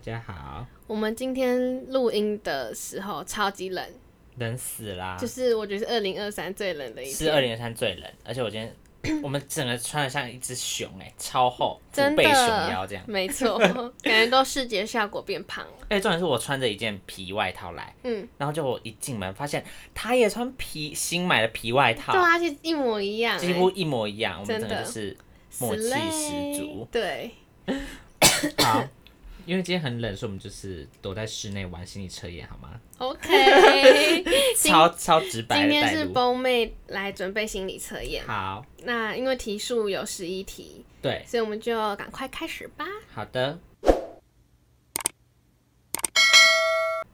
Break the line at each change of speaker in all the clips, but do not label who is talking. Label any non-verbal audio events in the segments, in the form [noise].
家好，
我们今天录音的时候超级冷，
冷死啦！
就是我觉得是二零二三最冷的一
是二
天，
零二三最冷，而且我今天我们整个穿的像一只熊哎、超厚，虎
真
背熊腰
的
这样，。
没
[laughs]
错，感觉都视觉效果变胖了。
哎，重点是我穿着一件皮外套来，
嗯，
然后就我一进门发现他也穿皮新买的皮外套
对，啊，就一模一样、哎
几乎一模一样，我们
真
整个
的
就是
欸
默契
slay
十足。
对，
好，因为今天很冷，所以我们就是躲在室内玩心理测验好吗？
OK，今
[laughs] 超超直白
今
的
天
带
是
路。
崩妹来准备心理测验。
好，
那因为题数有十一题，
对，
所以我们就赶快开始吧。
好的。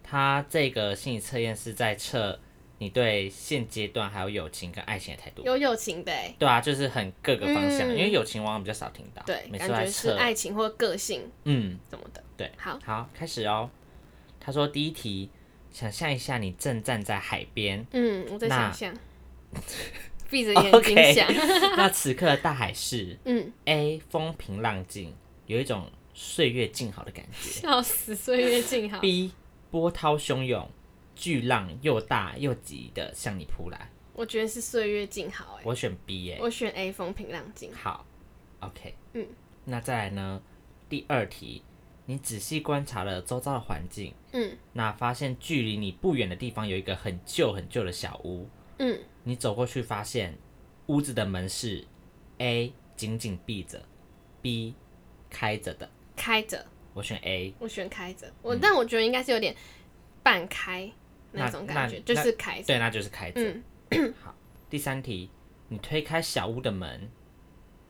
他这个心理测验是在测你对现阶段还有友情跟爱情的态度。
有友情的、欸，
对啊，就是很各个方向，
嗯
因为友情往往比较少听到。
对，
每
感
次都在
觉是
测。
爱情或个性
嗯，
什么的。
对。
好，
好，开始哦。他说第一题，想象一下你正站在海边，
[laughs] 嗯，我在
那
想象，闭着眼睛
[laughs] OK
想，
那此刻的大海是
嗯，
A 风平浪静，有一种岁月静好的感觉
笑死，岁月静好。
；B 波涛汹涌，巨浪又大又急的向你扑来。
我觉得是岁月静好、欸，
我选 B 耶、
我选 A 风平浪静。
好，OK，
嗯，
那再来呢？第二题，你仔细观察了周遭的环境，
嗯
那发现距离你不远的地方有一个很旧很旧的小屋，
嗯，
你走过去发现屋子的门是 A 紧紧闭着，B 开着的。
开着，
我选 A，
我选开着。我、
嗯
但我觉得应该是有点半开那种感觉，
那
就
那
是开着。
对，那就是开着。
嗯
好，第三题，你推开小屋的门，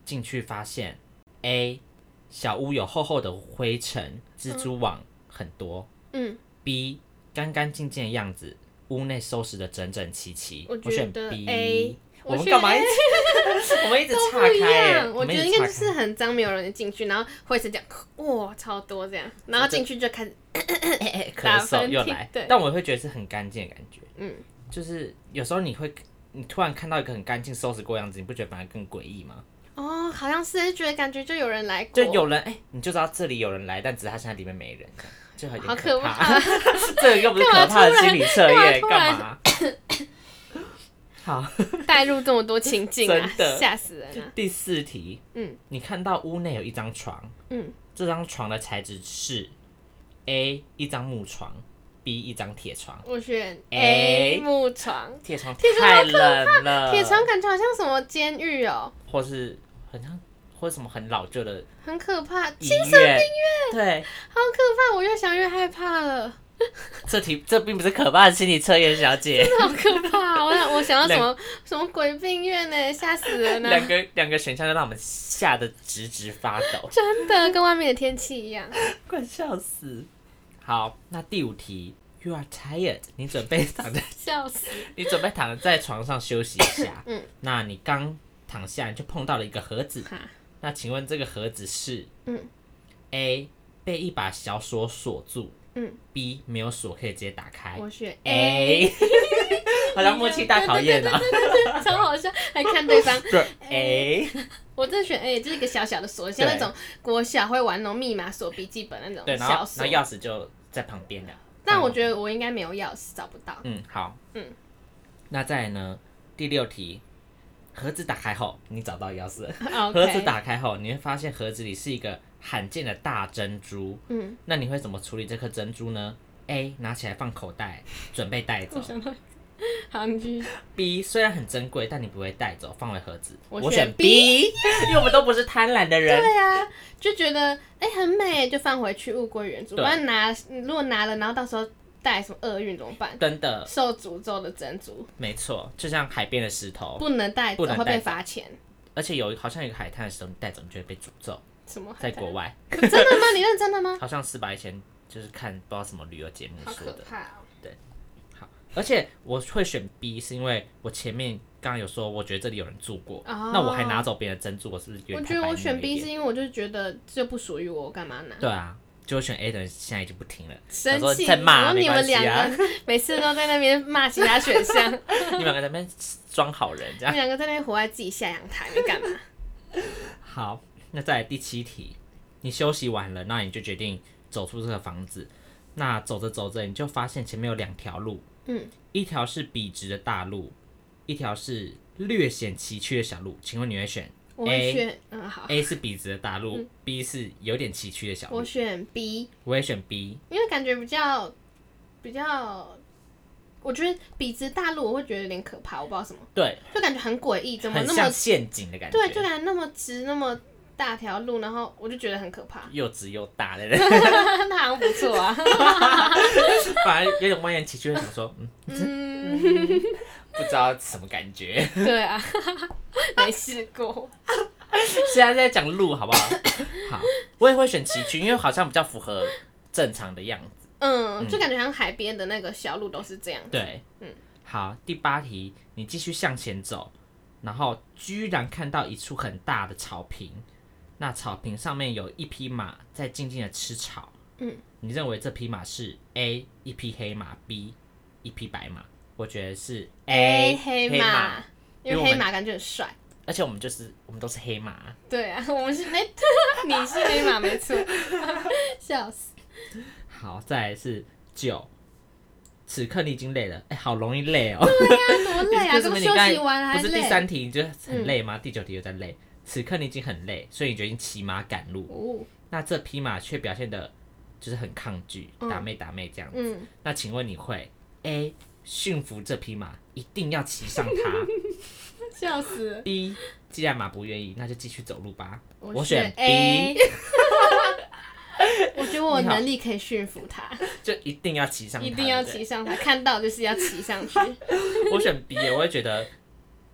进去发现 A 小屋有厚厚的灰尘，蜘蛛网很多、
嗯，
b 干干净净的样子，屋内收拾的整整齐齐。
我
我
觉
选
得
B。
A
我们
我选
干嘛一直？ [laughs] 我们一直
都
岔
不一
开、欸。
样。我
们
觉
一
得
直
应该
岔
就
开
是很脏，没有人进去，然后会是这样，哇，超多这样，然后进去就开始，
哎咳
哎打
嗽
喷
又
嚏
来
对，
但我会觉得是很干净的感觉。
嗯，
就是有时候你会，你突然看到一个很干净、收拾过的样子，你不觉得反而更诡异吗？
哦，好像是，就觉得感觉就有人来过，
就有人哎、你就知道这里有人来，但只是他现在里面没人，这样就
好
很可
可
怕。 [laughs] 这个又不是可怕的心理测
干嘛
验，
突然
干嘛？ [coughs] 好，
带入这么多情境啊
真的，
吓死人了。
第四题，
嗯
你看到屋内有一张床，
嗯，
这张床的材质是 A 一张木床，B 一张铁床。
我选
A
A 木床，
铁床
铁床
太
好
冷了，
铁床感觉好像什么监狱哦，
或是很像，或什么很老旧的
很可怕，好
医院，对，
可怕，我越想越害怕了，
这题这并不是可怕的心理测验，小姐。
好可怕！我
[laughs]
想我想到什
两
么什么鬼病院呢，吓死人啊了，
两，个两个选项就让我们吓得直直发抖
[laughs] 真的跟外面的天气一样。
快笑死。好，那第五题，You are tired，你准备躺在 [laughs]
笑死！
你准备躺在床上休息一下。
嗯，
那你刚躺下，你就碰到了一个盒子。
哈
那请问这个盒子是？
嗯
A 被一把小锁锁住。
嗯。
B 没有锁可以直接打开。
我选 A， [laughs]
A，好像默契大考验啊。
超好笑，还看对方。
对 A，
我真的选 A，就是一个小小的锁，像那种国小会玩那种密码锁、笔记本那
对，
种
然后
小锁
然后。钥匙就在旁边了。
但我觉得我应该没有钥匙，找不到。
嗯，好，
嗯，
那再来呢？第六题，盒子打开后，你找到钥匙了。 [laughs] 盒
啊 OK，
子打开后，你会发现盒子里是一个罕见的大珍珠。
嗯，
那你会怎么处理这颗珍珠呢？A 拿起来放
[laughs]
口袋，准备带走
我。想到，好，你继续
B 虽然很珍贵，但你不会带走，放回盒子。
我
选
选
B，因为我们都不是贪婪的人。
对啊，就觉得哎、很美，就放回去物归原主。不
对
然拿，如果拿了，然后到时候带什么厄运怎么办？
真的，
受诅咒的珍珠
没错，就像海边的石头，
不能带走，
哦不能带
会
走
被罚钱。
而且有好像有一个海滩的石头，你带走你就会被诅咒。
什么？
在国外，
真的吗？你认真的
[laughs]
吗？
好像四百以前就是看不知道什么旅游节目
嗯好可
说的。
怕、哦。
好，而且我会选 B 是因为我前面刚刚有说，我觉得这里有人住过，
哦
那我还拿走别人的珍珠，我是不是有点
我觉得
太白
我
目了
选
一
B
点
是因为我就觉得这不属于我，我干嘛拿？
对啊，就我选 A 的人现在已经不
[laughs]
听了，
生
他说
气！
在骂
然后
没
你
关
们
系
两
啊 [laughs]
个每次都在那边骂其他选项，你
你们两个在那边装好人这
们
样。
两个在那边活在自己下阳台，你
[laughs]
干
哎
嘛？
好，那再来第七题，你休息完了，那你就决定走出这个房子。那走着走着，你就发现前面有两条路，
嗯，
一条是笔直的大路，一条是略显崎岖的小路。请问你会选
我会选，嗯好，
A 是笔直的大路、b 是有点崎岖的小
嗯我
路？
选 B，
我也选 B。
因为感觉比较比较，我觉得笔直大陆我会觉得有点可怕，我不知道什么，
对，
就感觉很诡异，怎么
很
那
像
么
陷阱的感觉，
对，就感觉那么直那么大条路，然后我就觉得很可怕。
又直又大的人， [laughs]
那好像不错 [laughs] 啊，
反而有点蜿蜒崎岖，想说，嗯，
嗯，
[laughs] 不知道什么感觉。 [laughs]
对 [laughs] 啊，没试过，
现在在讲路，好不 [coughs] 好？好，我也会选崎岖，因为好像比较符合正常的样子。
嗯，就感觉好像海边的那个小路都是这样子，
对，
嗯，
好，第八题，你继续向前走，然后居然看到一处很大的草坪，那草坪上面有一匹马在静静的吃草。
嗯，
你认为这匹马是 A 一匹黑马，B 一匹白马？我觉得是
A
黑
黑马，因
因为
为
我
黑
们
马感觉很帅。
而且我们就是我们都是黑马啊。
对 [laughs] 啊，我们是哎，你是黑马没错， [laughs] 笑死。
好，再来是九。此刻你已经累了，哎、好容易累哦。
多累啊！这
为什
么
[laughs] 么你
休
刚才
息完还
不是第
累？
三题你就很累吗？嗯第九题又在累。此刻你已经很累，所以你决定骑马赶路。
哦，
那这匹马却表现的就是很抗拒，
嗯
打妹打妹这样。
嗯，
那请问你会 A 驯服这匹马，一定要骑上它
笑死。
；B 既然马不愿意，那就继续走路吧。我选
选
B，
A。我觉得我有能力可以驯服它，
就一定要骑上它，
一定要
对不对
骑上它，看到就是要骑上去。
[laughs] 我选 B，耶我会觉得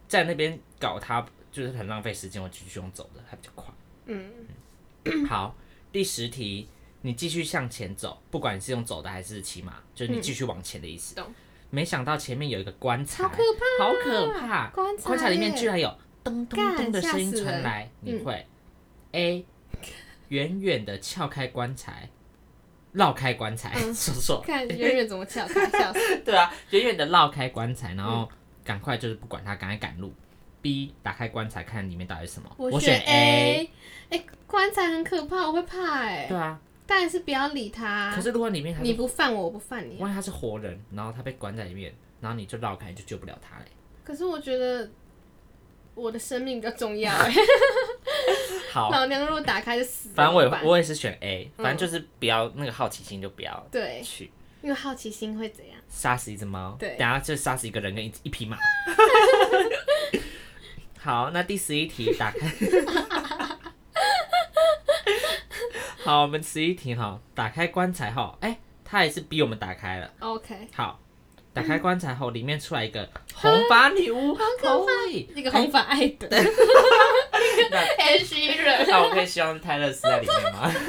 在那边搞它就是很浪费时间，我继续用走的，还比较快。
嗯，
好，第十题，你继续向前走，不管你是用走的还是骑马，就是你继续往前的意思。
嗯懂
没想到前面有一个棺材，
好可怕，
好可怕！
棺材
棺材里面
耶
居然有咚咚咚
干
的
吓
声音
死
传
人
来，你
嗯
会、A 远远的撬开棺材，绕开棺材，
嗯
说错，
看远远怎么翘，看笑死。
对啊，远远的绕开棺材，然
嗯
后赶快就是不管它，赶快赶路。B 打开棺材看里面到底是什么， [laughs] 我
选
选 A。
哎，棺材很可怕，我会怕哎
对。啊，
当然是不要理它
可。是如果里面它
啊你
是，
不犯我，我不犯你。啊
万一它是活人，然后它被关在里面，然后你就绕开，你就救不了它嘞。
可是我觉得我的生命比较重要。欸
好，
老娘如果打开就死了。
反正我也
怎么办
我也是选 A，反正就是不要那个好奇心就不要
对，
去
因为好奇心会怎样？
杀死一只猫，
对
等下就杀死一个人跟一一匹马。 [laughs] 好，那第十一题打开。 [laughs] 好，我们十一题哈，打开棺材后，哎、它也是逼我们打开了。
OK，
好，打开棺材后，里面出来一个红发
[laughs]
女巫，好
可怕
怕
那个红发艾德，H 人，
那我可以希望泰勒斯在里面吗？ [laughs]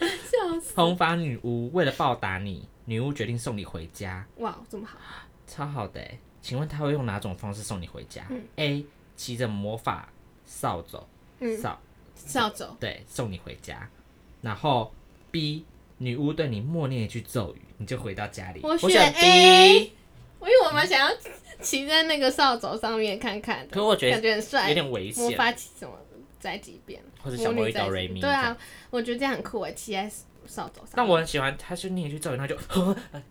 笑死！
红发女巫为了报答你，女巫决定送你回家。
哇，这么好，
超好的欸，请问他会用哪种方式送你回家、a 骑着魔法扫帚
嗯
扫、
笑走，
对送你回家，然后 B 女巫对你默念一句咒语，你就回到家里。
我选 A
B，
我因为我蛮想要骑在那个扫帚上面看看的，
可我觉
感
得
觉很帅，
有点危
魔
险，
法骑什么摘几遍，
或者小魔
魔
女
女摘
哆
几
瑞
遍
咪。
对啊，我觉得这样很酷哎，骑在扫帚
这样，那
上面。
我很喜欢，他就念一句咒语，然后就， [laughs]
可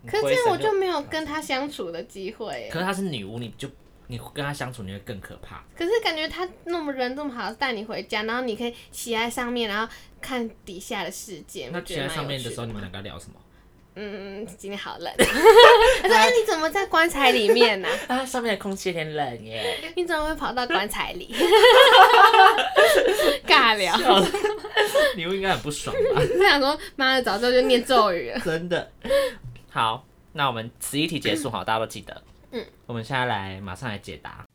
可
是这样我就没有跟他相处的机会
可
哎。
是她是女巫，你就你跟她相处，你会更可怕。
可是感觉他那么人这么好，带你回家，然后你可以骑在上面，然后看底下的世界。
那
我觉
骑
得
在
蛮
上
有
面
趣
的时候，你
嘛
们两个聊什么？ [laughs]
嗯，今天好冷。他说：“哎、你怎么在棺材里面
[laughs]
呢、
啊，上面的空气有点冷耶。
[laughs]
[laughs]
你怎么会跑到棺材里？”尬聊，
笑死女巫应该很不爽吧？
我想说，妈的，早知道就念咒 [laughs]
[laughs]
语了。
真的。好，那我们十一题结束好，大家都记得。
嗯，
我们现在来马上来解答。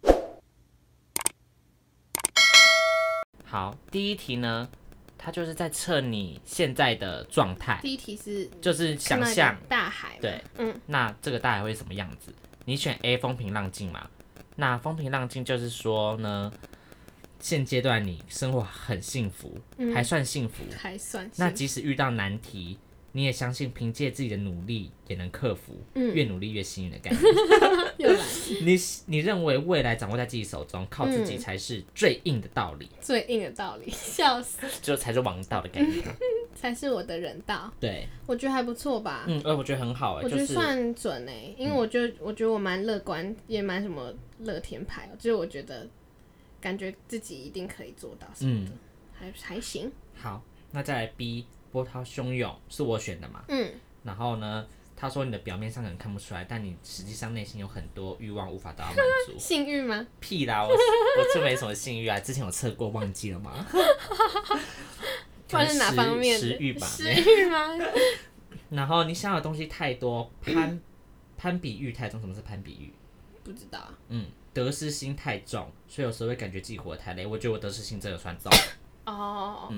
好，第一题呢，它就是在测你现在的状态，
第一题是
就是想
看到一个
象
大海嘛，
对，
嗯，
那这个大概会是什么样子？你选 A 风平浪静嘛？那风平浪静就是说呢，现阶段你生活很幸福，
嗯
还算幸福，
还算
那
是。
即使遇到难题，你也相信凭借自己的努力也能克服。
嗯
越努力越幸运的概念。
又来
你你认为未来掌握在自己手中，靠自
嗯
己才是最硬的道理，
最硬的道理，笑死！ [laughs]
就才是王道的概念。
才是我的人道，
对，
我觉得还不错吧。
嗯，哎，我觉得很好
我
哎、
觉
就
得
是嗯
算准哎、因为我就我觉得我蛮乐观，也蛮什么乐天派，哦就是我觉得感觉自己一定可以做到什么
嗯
的，还还行。
好。那再来 B，波涛汹涌是我选的嘛？
嗯，
然后呢，他说你的表面上可能看不出来，但你实际上内心有很多欲望无法得到满足。
幸运吗？
屁啦，我我这没什么性欲啊，之前有测过，忘记了吗？
不然是哪
食
方面的？
食欲吧。
食欲吗？
[laughs] 然后你想要的东西太多，攀攀比欲太重。什么是攀比欲？
不知道啊
嗯，得失心太重，所以有时候会感觉自己活得太累。我觉得我得失心真的算重，
哦，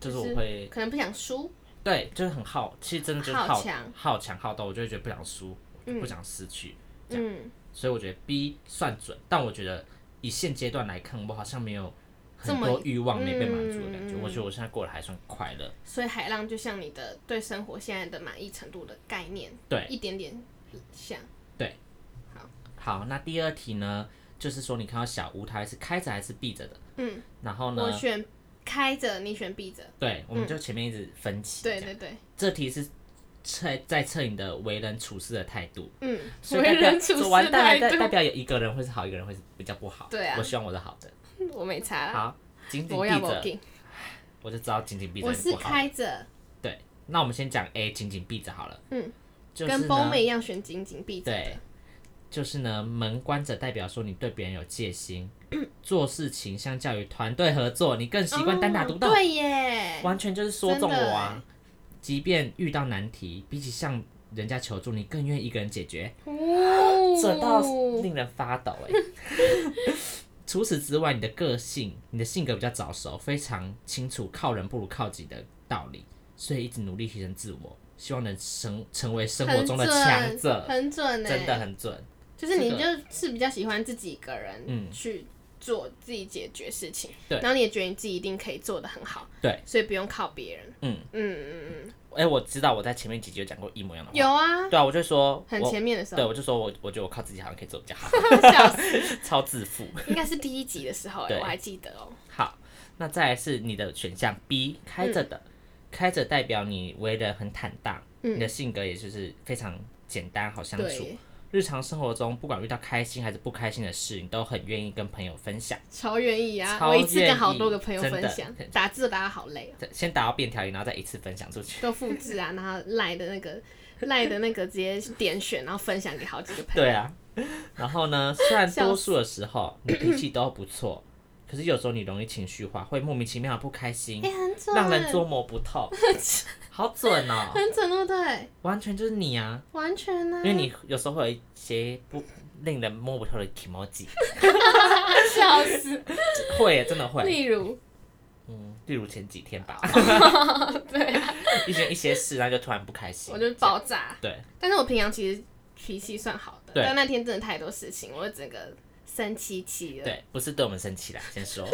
就是
就
我
是
会
可能不想输。
对，就是很好，其实真的就是
好
好
强
好强好斗，我就会觉得不想输，不想失去，
嗯，
所以我觉得 B 算准，但我觉得以现阶段来看，我好像没有很
这么嗯
多欲望没被满足的感觉，我觉得我现在过得还算快乐。
所以海浪就像你的对生活现在的满意程度的概念，
对，
一点点像。
好，那第二题呢，就是说你看到小屋，它是开着还是闭着的？嗯，然后
我
呢，
选开着，你选闭着。
对，我们就前面一直分歧。
对对对，
这题是测在测你的为人处事的态度，
嗯，
所以
为
代表
人处
就
事
完蛋
态
了，代代
度，
表有一个人会是好，一个人会是比较不好。
对啊
我希望我是好的。
我没查啦。
好，紧紧
我
闭
要
着
我，给，
我就知道紧紧闭着
我
是
是
不好。
开着，
对，那我们先讲 A，紧紧闭着好了。
嗯，
就是
跟
呢
崩妹一样选紧紧闭着
对
的。，
就是呢，门关着代表说你对别人有
[coughs]
戒心，做事情相较于团队合作，你更习惯单打独斗
哦，对耶，
完全就是说中我
真
啊。即便遇到难题，比起向人家求助，你更愿意一个人解决，
哦，
准到令人发抖哎、 [laughs] 除此之外，你的个性、你的性格比较早熟，非常清楚靠人不如靠己的道理，所以一直努力提升自我，希望能成成为生活中的强者，
很准欸
真的很准。
就是你
这
就是比较喜欢自己一个人
嗯
去做自己解决事情，
对
然后你也觉得你自己一定可以做的很好，
对，
所以不用靠别人，
嗯
嗯嗯嗯，
哎、我知道我在前面几集有讲过一模一样的话。
有啊，
对啊，我就说
很
我
前面的时
对，
候，
我就说我我觉得我靠自己好像可以做比较好，
[laughs] 笑死，
[laughs] 超自负。
应该是第一集的时候欸，
对
我还记得哦，
好，那再来是你的选项 B，开着的，
嗯
开着代表你为人很坦荡，你的性格也就是非常简单好相处。
对，
日常生活中，不管遇到开心还是不开心的事，你都很愿意跟朋友分享。
超愿意啊，
超
我一次
愿
跟
意
好多个朋友
真的
分享，打字打的好累哦。
再先打到便条仪，然后再一次分
[laughs]
享出去。
都复制啊，然后赖的那个赖的那个直接点选，然后分享给好几个朋友。
对啊，然后呢，虽然
笑
多数的时候你脾气都不错，可是有时候你容易情绪化，会莫名其妙的不开心
哎、，很准，
让人捉摸不
[laughs]
透，好准哦，
很准，对不对？
完全就是你啊！
完全呢、
因为你有时候会有一些不令人摸不透的 emoji，
[laughs] 笑死。
[laughs] 会耶真的会。
例如，
嗯，例如前几天
[laughs]
吧， [laughs]
对啊、
一些一些事，然后就突然不开心，
我就爆炸。
对，
但是我平常其实脾气算好的，
对
但那天真的太多事情，我整个生气气了。，
对，不是对我们生气啦，先说。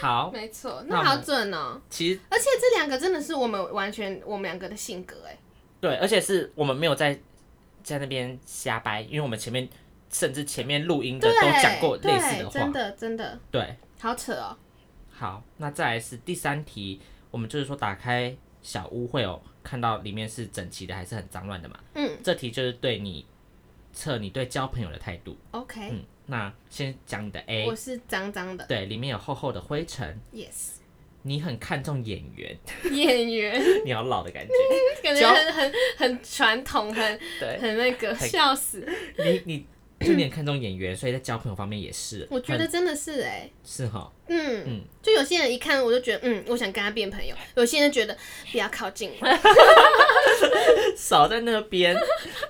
好，
没错，
那
那
我
好
们
准哦、
其实
而且这两个真的是我们完全我们两个的性格哎、
对，而且是我们没有在在那边瞎掰，因为我们前面甚至前面录音的
对，
嗯啊都讲过类似
对
的
真
话，
的真的
对。
好扯哦、
好，那再来是第三题，我们就是说打开小屋会有看到里面是整齐的还是很脏乱的嘛？
嗯，
这题就是对你测你对交朋友的态度。
OK，、
嗯，那先讲你的 A，
哎我是脏脏的
对，里面有厚厚的灰尘，
，Yes。
[laughs] 你很看重眼
[laughs]
缘，
演员，
[laughs] 你好老的感觉。
感觉
教
很很很传统，很
对
很那个，
很
笑死！
你你就你很看重眼缘，所以在交朋友方面也是，
我觉
很
得真的是哎、
是哈。
嗯，
嗯
就有些人一看我就觉得，嗯，我想跟他变朋友；有些人就觉得不要靠近我，
少在那边，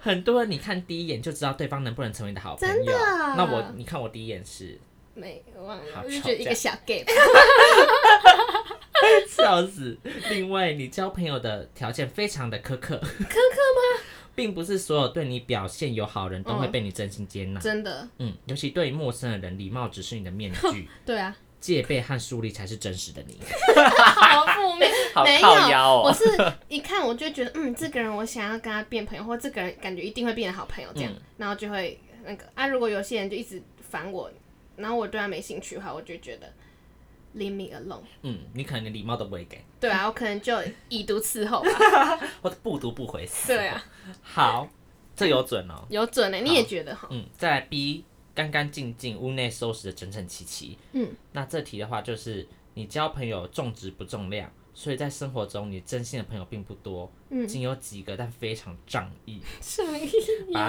很多人你看第一眼就知道对方能不能成为你的好朋友。
真的
那我你看我第一眼是
没忘了，
好
我就觉得一个小 [laughs] gay，
[laughs] 笑死！另外，你交朋友的条件非常的苛刻， [laughs]
苛刻
并不是所有对你表现友好的人都会被你真心接纳。
真的，
嗯尤其对于陌生的人，礼貌只是你的面具，
对啊，
戒备和疏离才是真实的你。
[laughs] 好负面，
[laughs] 好
没
靠腰
有，
哦
我是一看我就觉得，嗯，这个人我想要跟他变朋友，或这个人感觉一定会变得好朋友这样，然后就会那个啊，如果有些人就一直烦我，然后我对他没兴趣的话，我就觉得 leave me alone。
嗯，你可能连礼貌都不会给，
对啊，我可能就以毒伺候吧。
或者不读不回死。
[laughs] 对啊，
好，这有准哦。
有准欸呢、你也觉得哈？
嗯，再来 B，干干净净，屋内收拾的整整齐齐。
嗯，
那这题的话就是你交朋友重质不重量，所以在生活中你真心的朋友并不多，
嗯
仅有几个，但非常仗义，
什么意
拔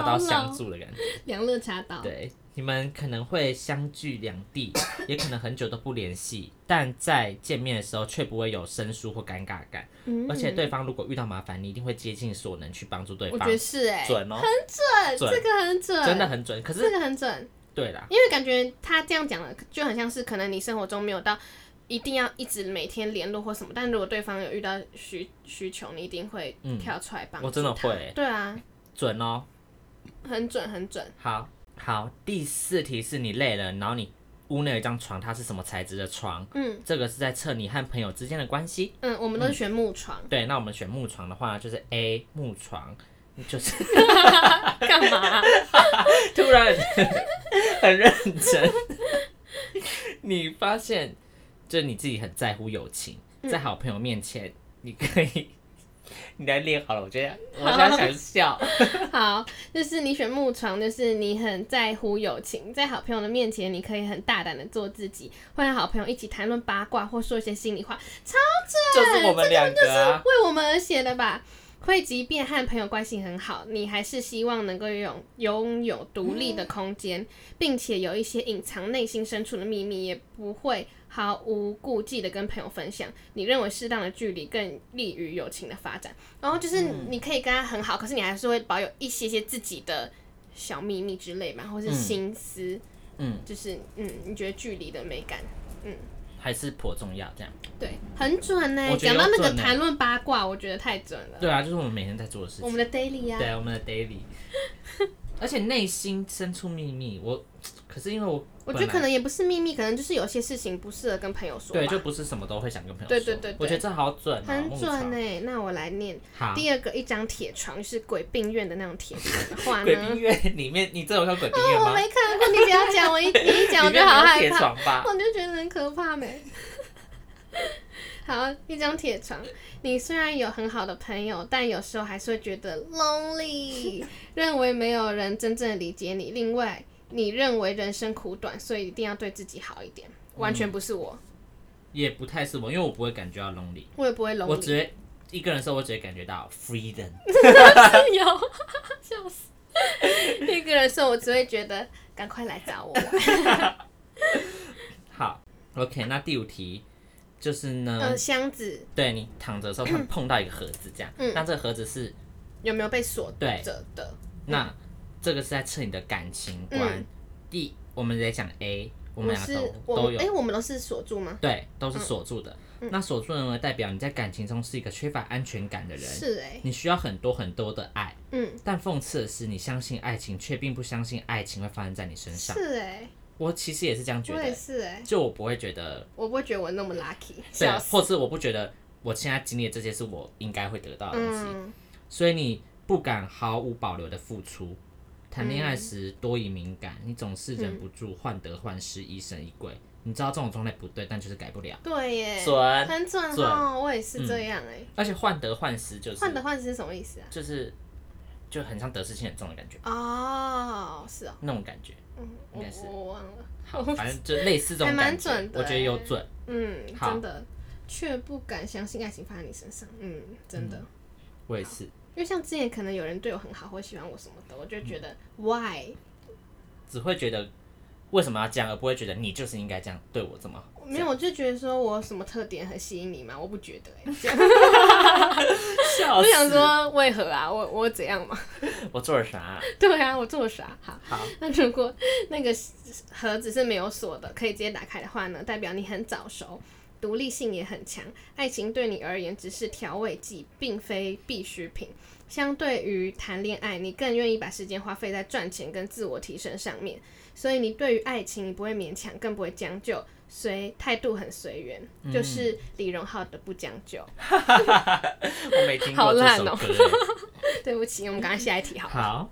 [laughs]
刀相
思？
助的感觉。
养乐茶道，
对，你们可能会相距两
[laughs]
地，也可能很久都不联系，但在见面的时候却不会有生疏或尴尬感，
嗯
而且对方如果遇到麻烦，你一定会竭尽所能去帮助对
我
方
觉。得是哎、
准哦，
很
准
这个很准，
真的很准。可
这
是
个很准，
对啦，
因为感觉他这样讲了，就很像是可能你生活中没有到一定要一直每天联络或什么，但如果对方有遇到需需求，你一定会
嗯
跳出来帮、
我真的，会
对啊，
准哦。
很准很准，
好好，第四题是你累了，然后你屋内有一张床，它是什么材质的床？
嗯
这个是在测你和朋友之间的关系。
嗯，我们都是选木床， [laughs]
对，那我们选木床的话，就是 A 木床，就是 [laughs]
干、嘛、
突然很认真。 [laughs] 你发现，就你自己很在乎友情，在好朋友面前，你可以， [laughs] 你来练好了，我觉 [laughs] 得我现在想笑。
好，就是你选木床，就是你很在乎友情，在好朋友的面前，你可以很大胆的做自己，会和好朋友一起谈论八卦或说一些心里话，
就是我们两个啊，
为我们而写的吧。会即便和朋友关系很好，你还是希望能够拥拥有独立的空间，并且有一些隐藏内心深处的秘密，也不会毫无顾忌的跟朋友分享。你认为适当的距离更利于友情的发展。然后就是
嗯
你可以跟他很好，可是你还是会保有一些些自己的小秘密之类嘛，或是
嗯
心思，
嗯，
就是嗯，你觉得距离的美感。
还是颇重要这样。
对，很准呢、
我觉得
讲到那
有
个
准欸
谈论八卦，我觉得太准了。
对啊，就是我们每天在做的事情。
我们的 daily 呀、
对，我们的
[laughs]
daily。而且内心深处秘密，我可是因为我
我
本
觉得
来
可能也不是秘密，可能就是有些事情不适合跟朋友说吧。
对，就不是什么都会想跟朋友说。
对对对对
我觉得这好准、哦，
很
牧
准
场
呢、那我来念
好，
第二个，一张铁床就是鬼病院的那种铁床的话
[laughs] 鬼病
呢，哦
院里
[laughs]
面，你真的有看过鬼病院
我
吗？
没看过，你不要讲，
[laughs]
我一你一讲我
里面
就好
没有
害
铁
怕，
床吧？
我就觉得很可怕没。好，一张铁床。你虽然有很好的朋友，但有时候还是会觉得 lonely，认 [laughs] 为没有人真正理解你。另外，你认为人生苦短，所以一定要对自己好一点。完
嗯
全不是我，
也不太是我，因为我不会感觉到 lonely，
我也不会 lonely。
我只会一个人的时候，我只会感觉到 freedom。
有， [laughs] 笑死！一个人的时候，我只会觉得赶快来找我玩。
嗯好，OK，那第五题就是呢，
嗯，箱子
对你躺着的时候会碰到一个盒子，这样，
嗯
那这个盒子是
有没有被锁
对
着的？
那这个是在测你的感情观。
嗯
第，我们得讲 A，我
我
们两个
是
都
我
都
们，哎、
有，
我嗯们都是锁住吗？
对，都是锁住的。那锁住呢，代表你在感情中是一个缺乏安全感的人，
是哎、
你需要很多很多的爱。
嗯，
但讽刺的是，你相信爱情，却并不相信爱情会发生在你身上。
是哎、
我其实也是这样觉
我也
得，
是哎、
就我不会觉得，
我不会觉得我那么 lucky，
对
笑，死。
或是我不觉得我现在经历的这些是我应该会得到的东西。
嗯，
所以你不敢毫无保留的付出。谈恋爱时多疑敏感，
嗯
你总是忍不住患得患失，疑神疑鬼。你知道这种状态不对，但就是改不了。
对耶，
准
很准
准嗯
哦，我也是这样哎、
而且患得患失就是
患得患失是什么意思啊？
就是就很像得失心很重的感觉，
哦，是哦，
那种感觉。
嗯，
应
我
该是
我忘了，
好，反正就类似这种
还蛮
感觉，
准的
我觉得
欸
有准。
嗯，
好
真的，却不敢相信爱情发生在你身上，嗯，真的。
我也是，
因为像之前可能有人对我很好，或喜欢我什么的，我就觉
嗯
得、why
只会觉得为什么要这样，而不会觉得你就是应该这样对
[laughs]
我这么好。
没有，我就觉得说我有什么特点很吸引你嘛，我不觉得、欸，
笑
我
死！
就想说为何啊，我我怎样嘛？
我做了啥？
[laughs] 对啊，我做了啥？好，
好，
那如果那个盒子是没有锁的，可以直接打开的话呢，代表你很早熟。独立性也很强，爱情对你而言只是调味剂，并非必需品。相对于谈恋爱，你更愿意把时间花费在赚钱跟自我提升上面，所以你对于爱情你不会勉强，更不会将
嗯
就，随态度很随缘，就是李荣浩的不将就。 [laughs]
我没听
好
过这
烂
首歌
哦
欸。
对不起，我们赶快下一题好了。
好，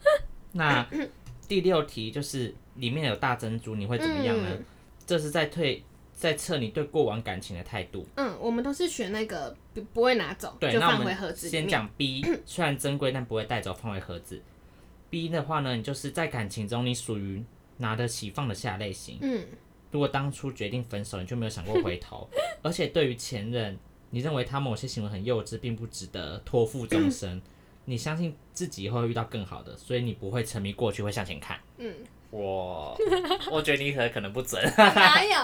那
嗯
第六题就是里面有大珍珠，你会怎么样呢？这是在对在测你对过往感情的态度。
嗯，我们都是选那个不不会拿走，
对，
就
那我
放回盒
们
子里
先
面。
讲
[coughs]
B，虽然珍贵但不会带走，放回盒子。B 的话呢，你就是在感情中你属于拿得起放得下类型。
嗯，
如果当初决定分手，你就没有想过回
[laughs]
头，而且对于前任，你认为他某些行为很幼稚，并不值得托付
[coughs]
终身。你相信自己以后会遇到更好的，所以你不会沉迷过去，会向前看。
嗯，
我我觉得你可可能不准，
哪
[laughs]
有？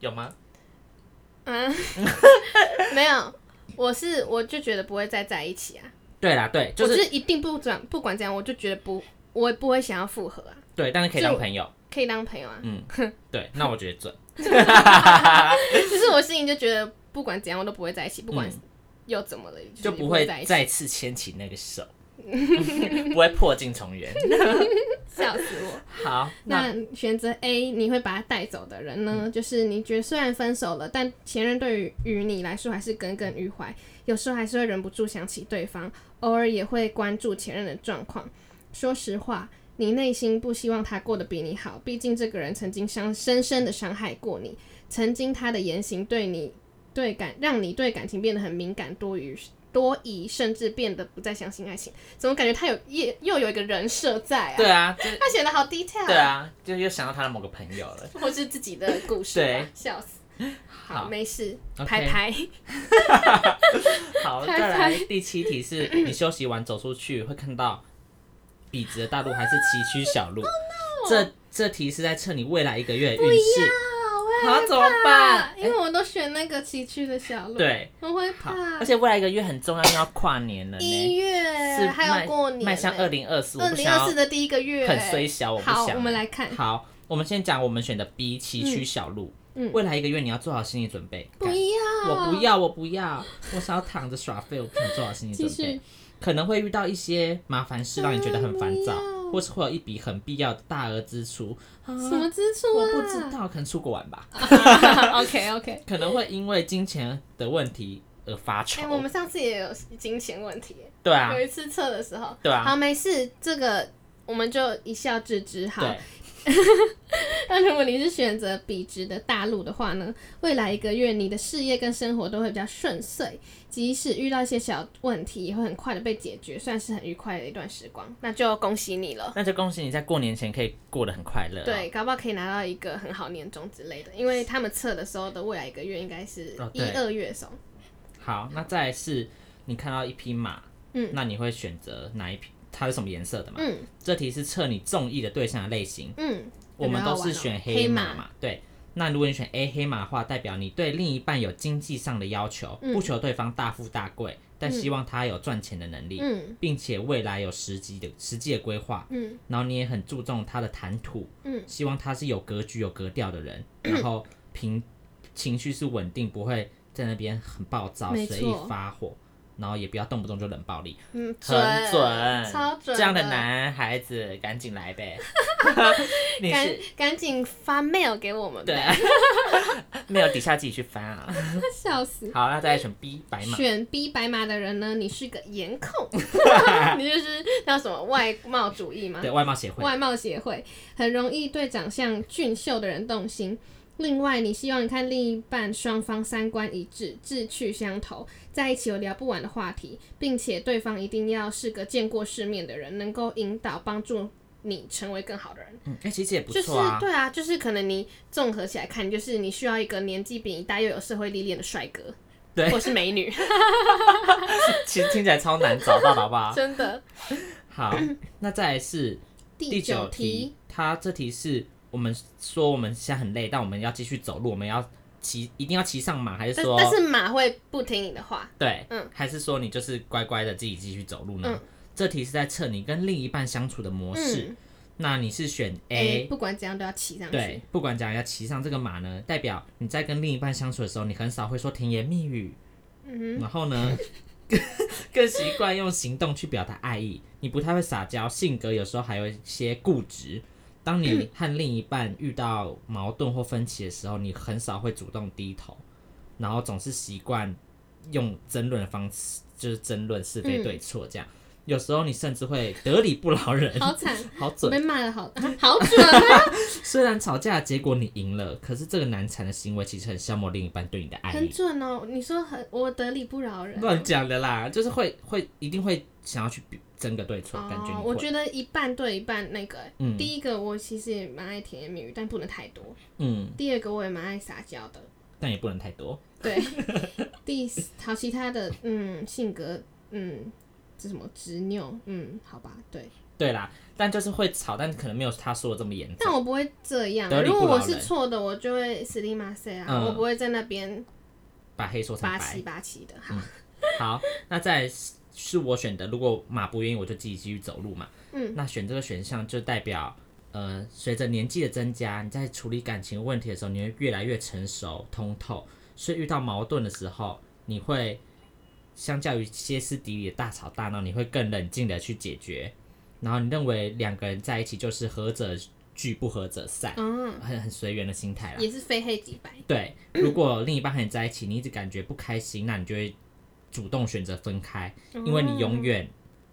有吗？ [laughs]
嗯，没有，我是我就觉得不会再在一起啊，
对啦，对，就
我
是
是一定不转，不管怎样，我就觉得不，我也不会想要复合啊，
对，但是可以当朋友。
可以当朋友啊。
对，那我觉得准。
只是我心里就觉得，不管怎样，我都不会在一起，不管
嗯
又怎么了，是
就不
不
会
在一起。
再次牵起那个手， [laughs] 不会破镜重圆。
笑死我！ [laughs]
好，那嗯
那选择 A，你会把他带走的人呢？就是你觉得虽然分手了，但前任对于于你来说还是耿耿于怀，有时候还是会忍不住想起对方，偶尔也会关注前任的状况。说实话，你内心不希望他过得比你好，毕竟这个人曾经伤深深的伤害过你，曾经他的言行对你对感让你对感情变得很敏感多余。多疑，甚至变得不再相信爱情，怎么感觉他有又又有一个人设在啊？
对啊，就
他写的好 detail
对啊，就又想到他的某个朋友 [laughs] 了。
或是自己的故事吧
对，
笑死。好，
好，
没事，
OK
拍拍。
好，
太
再来第七题
[laughs]
是你休息完走出去会看到笔直的大路还是崎岖小
Oh
路？这这题是在测你未来一个月的运势。好，怎么办？
因为我都选那个崎岖的小路，，
对，
我会
好，
怕
而。且未来一个月很重要，因为要跨年了
啊一
呢，
月
是
还
迈
有过年呢，
迈向二零二四，我
二
不
零
想要
二四的第一个月，
很虽小，我不
好，
想。
我们来看，
好，我们先讲我们选的 B 崎岖小路。
嗯
未来一个月你要做好心理准备。
不
干
要，
我不，要，我不要，我想要躺着耍废，我不想做好心理
继
准
续
备。可能会遇到一些麻烦事，让你觉得很烦躁
啊不要，
或是会有一笔很必要的大额支出。啊
什么支出
我
啊？
不知道，可能出国玩吧，
[laughs] 道。OK OK。
可能会因为金钱的问题而发
哎，我
愁。
们上次也有金钱问题，
对啊
有，一次测的时候，
对啊，
好，没事，这个我们就一笑置之。好，
对，
[laughs] 那如果你是选择笔直的大陆的话呢，未来一个月你的事业跟生活都会比较顺遂，即使遇到一些小问题，也会很快的被解决，算是很愉快的一段时光。那就恭喜你了，
那就恭喜你在过年前可以过得很快乐。啊
对，搞不好可以拿到一个很好年终之类的，因为他们测的时候的未来一个月应该是
哦
一
对
二月的时候，
好，那再来是你看到一匹马，
嗯，
那你会选择哪一匹？它是什么颜色的嘛？
嗯
这题是测你中意的对象的类型，
嗯，
我们都是选黑
哦马
马嘛。对，那如果你选 A 黑马的话，代表你对另一半有经济上的要求，
嗯
不求对方大富大贵，但希望他有赚钱的能力，
嗯
并且未来有实际的实际的规划。
嗯
然后你也很注重他的谈吐，
嗯，
希望他是有格局、有格调的人，然后平情绪是稳定，不会在那边很暴躁、
没
随意
错
发火，然后也不要动不动就冷暴力，
嗯，
很准，
超准，
这样的。男孩子赶紧
[laughs]
来呗，你
赶
是
赶紧发 mail 给我们
对
[laughs] 呗，
啊，没有底下自己去翻啊。
嗯笑死！
好，那再来选 B 白马，
选 B 白马的人呢，你是个颜
[laughs]
控， [laughs] 你就是叫什么外貌主义吗
对？外貌协会，
外貌协会很容易对长相俊秀的人动心。另外，你希望你看另一半双方三观一致、志趣相投，在一起有聊不完的话题，并且对方一定要是个见过世面的人，能够引导帮助你成为更好的人。
嗯，哎，其实也不
就是
错啊，
对啊，就是可能你综合起来看，就是你需要一个年纪比你大又有社会历练的帅哥，
对
或是美女。
其实听起来超难找到的，好不 [laughs] 好？
真的。 [laughs]
好，那再来是
第九题，，
它这题是我们说我们现在很累，但我们要继续走路，我们要骑，一定要骑上马，还是
但
说
但是马会不听你的话，
对，
嗯
还是说你就是乖乖的自己继续走路呢？
嗯
这题是在测你跟另一半相处的模式。
嗯
那你是选
A
哦 A，
不管怎样都要骑上去
对，，不管讲要骑上这个马呢，代表你在跟另一半相处的时候，你很少会说甜言蜜语，嗯、然后呢， [laughs] 更习惯用行动去表达爱意，你不太会撒娇，性格有时候还有一些固执。当
嗯
你和另一半遇到矛盾或分歧的时候，你很少会主动低头，然
嗯
后总是习惯用争论的方式，就是争论是非对错这样。有时候你甚至会得理不饶人，
[laughs] 好
[laughs]
惨，
好
我
准。
被骂的好、 [laughs] 啊好准
[laughs]
啊，
虽然吵架的结果你赢了，可是这个难缠的行为其实很消磨另一半对你的爱
很
意。
准哦。你说很，我得理不饶人。
哎乱讲的啦，就是会会一定会想要去比争个对错，感觉
哦
你，
我
会。
觉得一半对一半那个、欸
嗯
第一个我其实也蛮爱甜言蜜语，但不能太多。
嗯，
第二个我也蛮爱撒娇
[laughs]
的，
但也不能太多。
对。第四好，其他的嗯性格嗯这什么执拗嗯好吧对，
对啦，但就是会吵，但可能没有他说的这么严
但
重。
我不会这样啊、
得理
如
不
果我
饶
是
人
错的，我就会死里马塞啊，
嗯
我不会在那边
把黑说成
八
白
七。八七的。好，
[laughs] 好，那再来是是我选的，如果马不愿意，我就自己继续走路嘛。
嗯，
那选这个选项就代表，呃，随着年纪的增加，你在处理感情问题的时候，你会越来越成熟通透，所以遇到矛盾的时候，你会相较于歇斯底里的大吵大闹，你会更冷静的去解决。然后你认为两个人在一起就是合者聚，不合者散，
嗯，
很很随缘的心态啦。
也是非黑即白。
对，如果另一半和你在一起，你一直感觉不开心，那你就会主动选择分开，因为你永远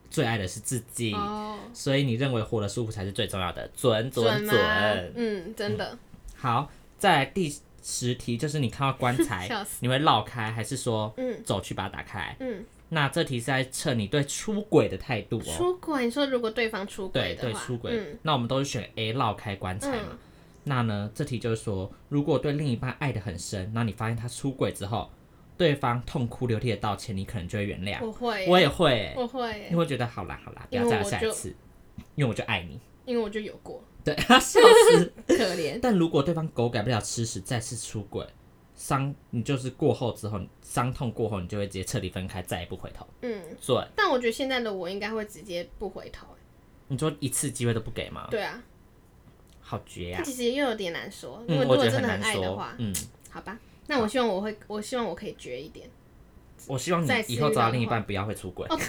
最爱的是自己，
嗯哦，
所以你认为活得舒服才是最重要的。准准
吗？
准。
嗯，真的。
好，再来第十题就是你看到
[laughs]
棺材
笑，死
你会绕开还是说
嗯
走去把它打开？
嗯，
那这题是在测你对出轨的态度哦。
出轨，你说如果对方出轨
对
的
对，
话，
出轨。
嗯
那我们都是选 A 绕开棺材嘛。
嗯
那呢，这题就是说，如果对另一半爱得很深，那你发现他出轨之后，对方痛哭流涕的道歉，你可能就会原谅。
我会，
我也会欸、
我会欸
你，会觉得好啦好啦，不
因
要
为
再有
我
下
就
一次，因为我就爱你。
因为我就有过， [laughs]
对，笑死。
可
[laughs]
怜。
但如果对方狗改不了吃屎，再次出轨，伤你就是过后之后，伤痛过后，你就会直接彻底分开，再也不回头。
嗯，
对，
但我觉得现在的我应该会直接不回头欸。
你说一次机会都不给吗？
对啊，
好绝呀、
但其实又有点难说，因为
啊嗯，
如
我
果
觉得
真
很
的
难
很爱的
说
话。，
嗯。
好吧。那我希望我会，我希望我可以绝一点。
我希望你
再次
以后找
遇到
到
的
另一
话
半不要会出轨。
哦，
[laughs]
对，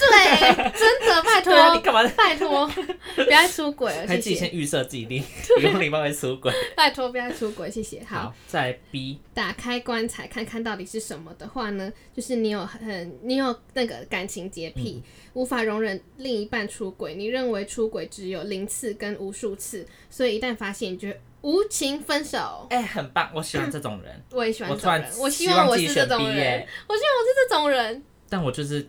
真的，拜
对啊，
托，
你干嘛？ [laughs]
拜托，不要再出轨了，呃
还
谢
自己
谢。
先预设自己另以后另一半会出轨。
拜托，不要再出轨，谢谢。好，
好，再来 B，
打开棺材看看到底是什么的话呢，就是你有很你有那个感情洁癖，
嗯
无法容忍另一半出轨，你认为出轨只有零次跟无数次，所以一旦发现，你就会无情分手。
哎、很棒，我喜欢这种人。
我也喜欢
我
这
突
种
然
人，我希
希
望
望
我
自己
是这
选 B
种人
耶，
我希望我是这种人，
但我就是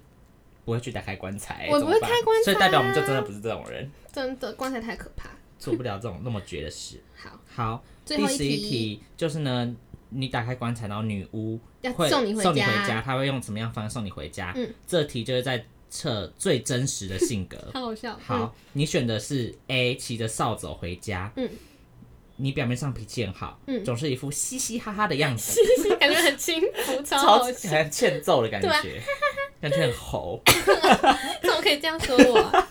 不会去打开棺材，
我
怎
不
么
会
办
开棺
所以代表
材
我们就
啊
真的不是这种人，
真的棺材太可怕。
做不了这种那么绝的事。
[laughs] 好，
好，
最
第
后
十一
题
题就是呢，你打开棺材，然后女巫
要
会
送
送
你回
回
家
家，她会用什么样方式送你回家？
嗯
这题就是在测最真实的性格。
太 [laughs] 好笑。嗯，
好，你选的是 A，骑着扫帚回家。
嗯，
你表面上脾气很好，
嗯
总是一副嘻嘻哈哈的样子，
感觉很轻浮，超
[laughs] 超
好
好
笑。
像欠揍的感
对啊
觉， [laughs] 感觉很猴。
[laughs] 怎么可以这样说我
[laughs]
啊、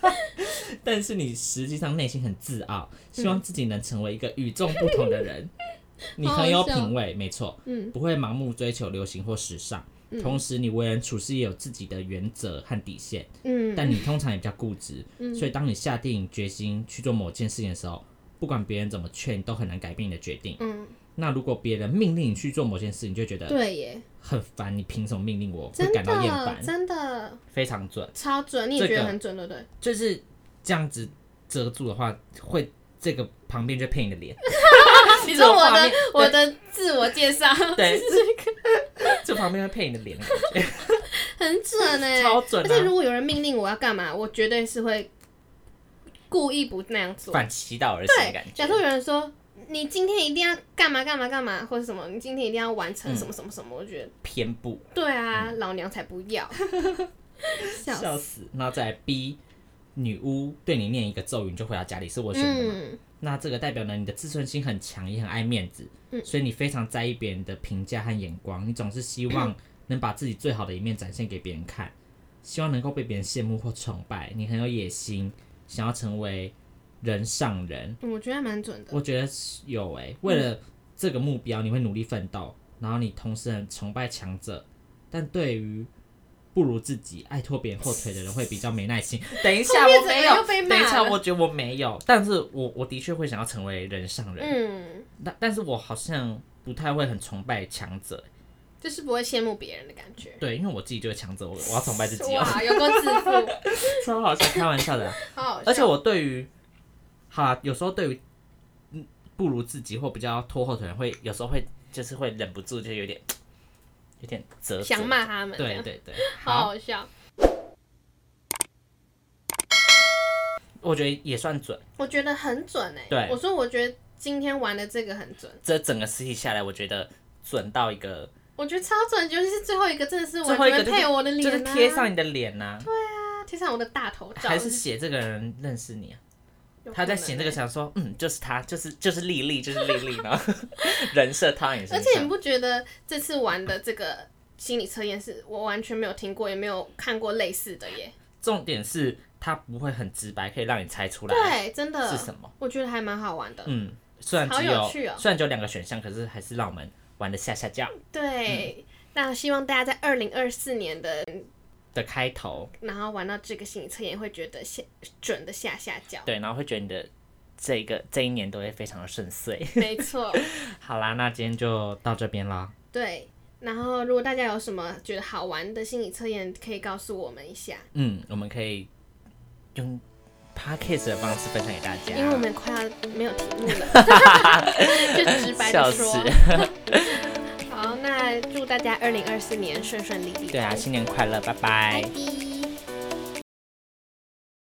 但是你实际上内心很自傲，
嗯
希望自己能成为一个与众不同
[laughs]
的人。你很
好
有
好笑
品味，没错，
嗯，
不会盲目追求流行或时尚。同时，你为人处事也有自己的原则和底线，
嗯，
但你通常也比较固执，所以当你下定决心去做某件事情的时候，不管别人怎么劝，都很难改变你的决定。
嗯，
那如果别人命令你去做某件事，你就觉得
对耶，
很烦，你凭什么命令我？啊会
真
感到厌
的
烦，
真的
非常准，
超准，你也
这
觉得
个
很准，对不对？
就是这样子遮住的话，会这个旁边就配你的
[laughs]
脸，
你说我
这
的
个 [laughs]
我的自我介绍 [laughs]
对， [laughs] 这旁边会配你的脸，
很准哎、
超准
而且如
啊！
果有人命令我要干嘛，我绝对是会故意不那样做。
反其道而行的
对
感，
假设有
觉，
人说你今天一定要干嘛干嘛干嘛，或者什么，你今天一定要完
嗯
成什么什么什么，我觉得
偏不，
对啊，老娘才不
[laughs]
要。笑死
嗯笑死。然后再来 B，女巫对你念一个咒语，你就回到家里，是我选的嘛？
嗯，
那这个代表呢，你的自尊心很强，也很爱面子，
嗯
所以你非常在意别人的评价和眼光，你总是希望能把自己最好的一面展现给别人看，希望能够被别人羡慕或崇拜。你很有野心，想要成为人上人。
我觉得还蛮准的。
我觉得是有诶、为了这个目标，你会努力奋斗，然后你同时很崇拜强者，但对于不如自己、爱拖别人后腿的人，会比较没耐心。等一下，
后面
我
怎么
没有
又被，骂
等一下，
了
我觉得我没有，但是我我的确会想要成为人上人，
嗯，
但但是我好像不太会很崇拜强者，
就是不会羡慕别人的感觉。
对，因为我自己就会抢走我，我要崇拜自己哦，
哇，啊有够自负，
[laughs] 超好笑，开玩笑的啊。
好好笑。
[laughs] 而且我对于，好啦，有时候对于嗯不如自己或比较拖后腿的人，会有时候会就是会忍不住就有点有点啧啧
想骂他们，
对，对对，
好
好，
好笑。
我觉得也算准。
我觉得很准哎、
对
我说我觉得今天玩的这个很准，
这整个实习下来，我觉得准到一个，
我觉得超准，就是最后一个真的是
最
完
后一
全
个就是
配我的脸、
就
啊，
是贴上你的脸呐、
啊贴上我的大头照，
还是写这个人认识你啊？
有可能
他在写这个
欸。
想说，嗯，就是他，就是就是丽丽，就是丽丽，
[laughs]
然后人设套也是。
而且你不觉得这次玩的这个心理测验是我完全没有听过，也没有看过类似的耶？
重点是他不会很直白，可以让你猜出来
对，真的
是什么。
我觉得还蛮好玩的。
嗯，虽然只
好有趣哦
虽然只有两个选项，可是还是让我们玩的下下觉
对，
嗯
那希望大家在二零二四年的，
的开头，
然后玩到这个心理测验会觉得下准的下下脚。 [laughs]
对，然后会觉得你的这个这一年都会非常的顺遂。 [laughs]
没错，
好啦，那今天就到这边啦。
对。然后如果大家有什么觉得好玩的心理测验，可以告诉我们一下，
嗯，我们可以用 podcast 的方式分享给大家，
因为我们快要没有题目了，[laughs]
[laughs]
就直白
笑
的
死。
说。 [laughs] 好，那祝大家二零二四年顺顺利利。
对啊，新年快乐，拜拜
拜。拜。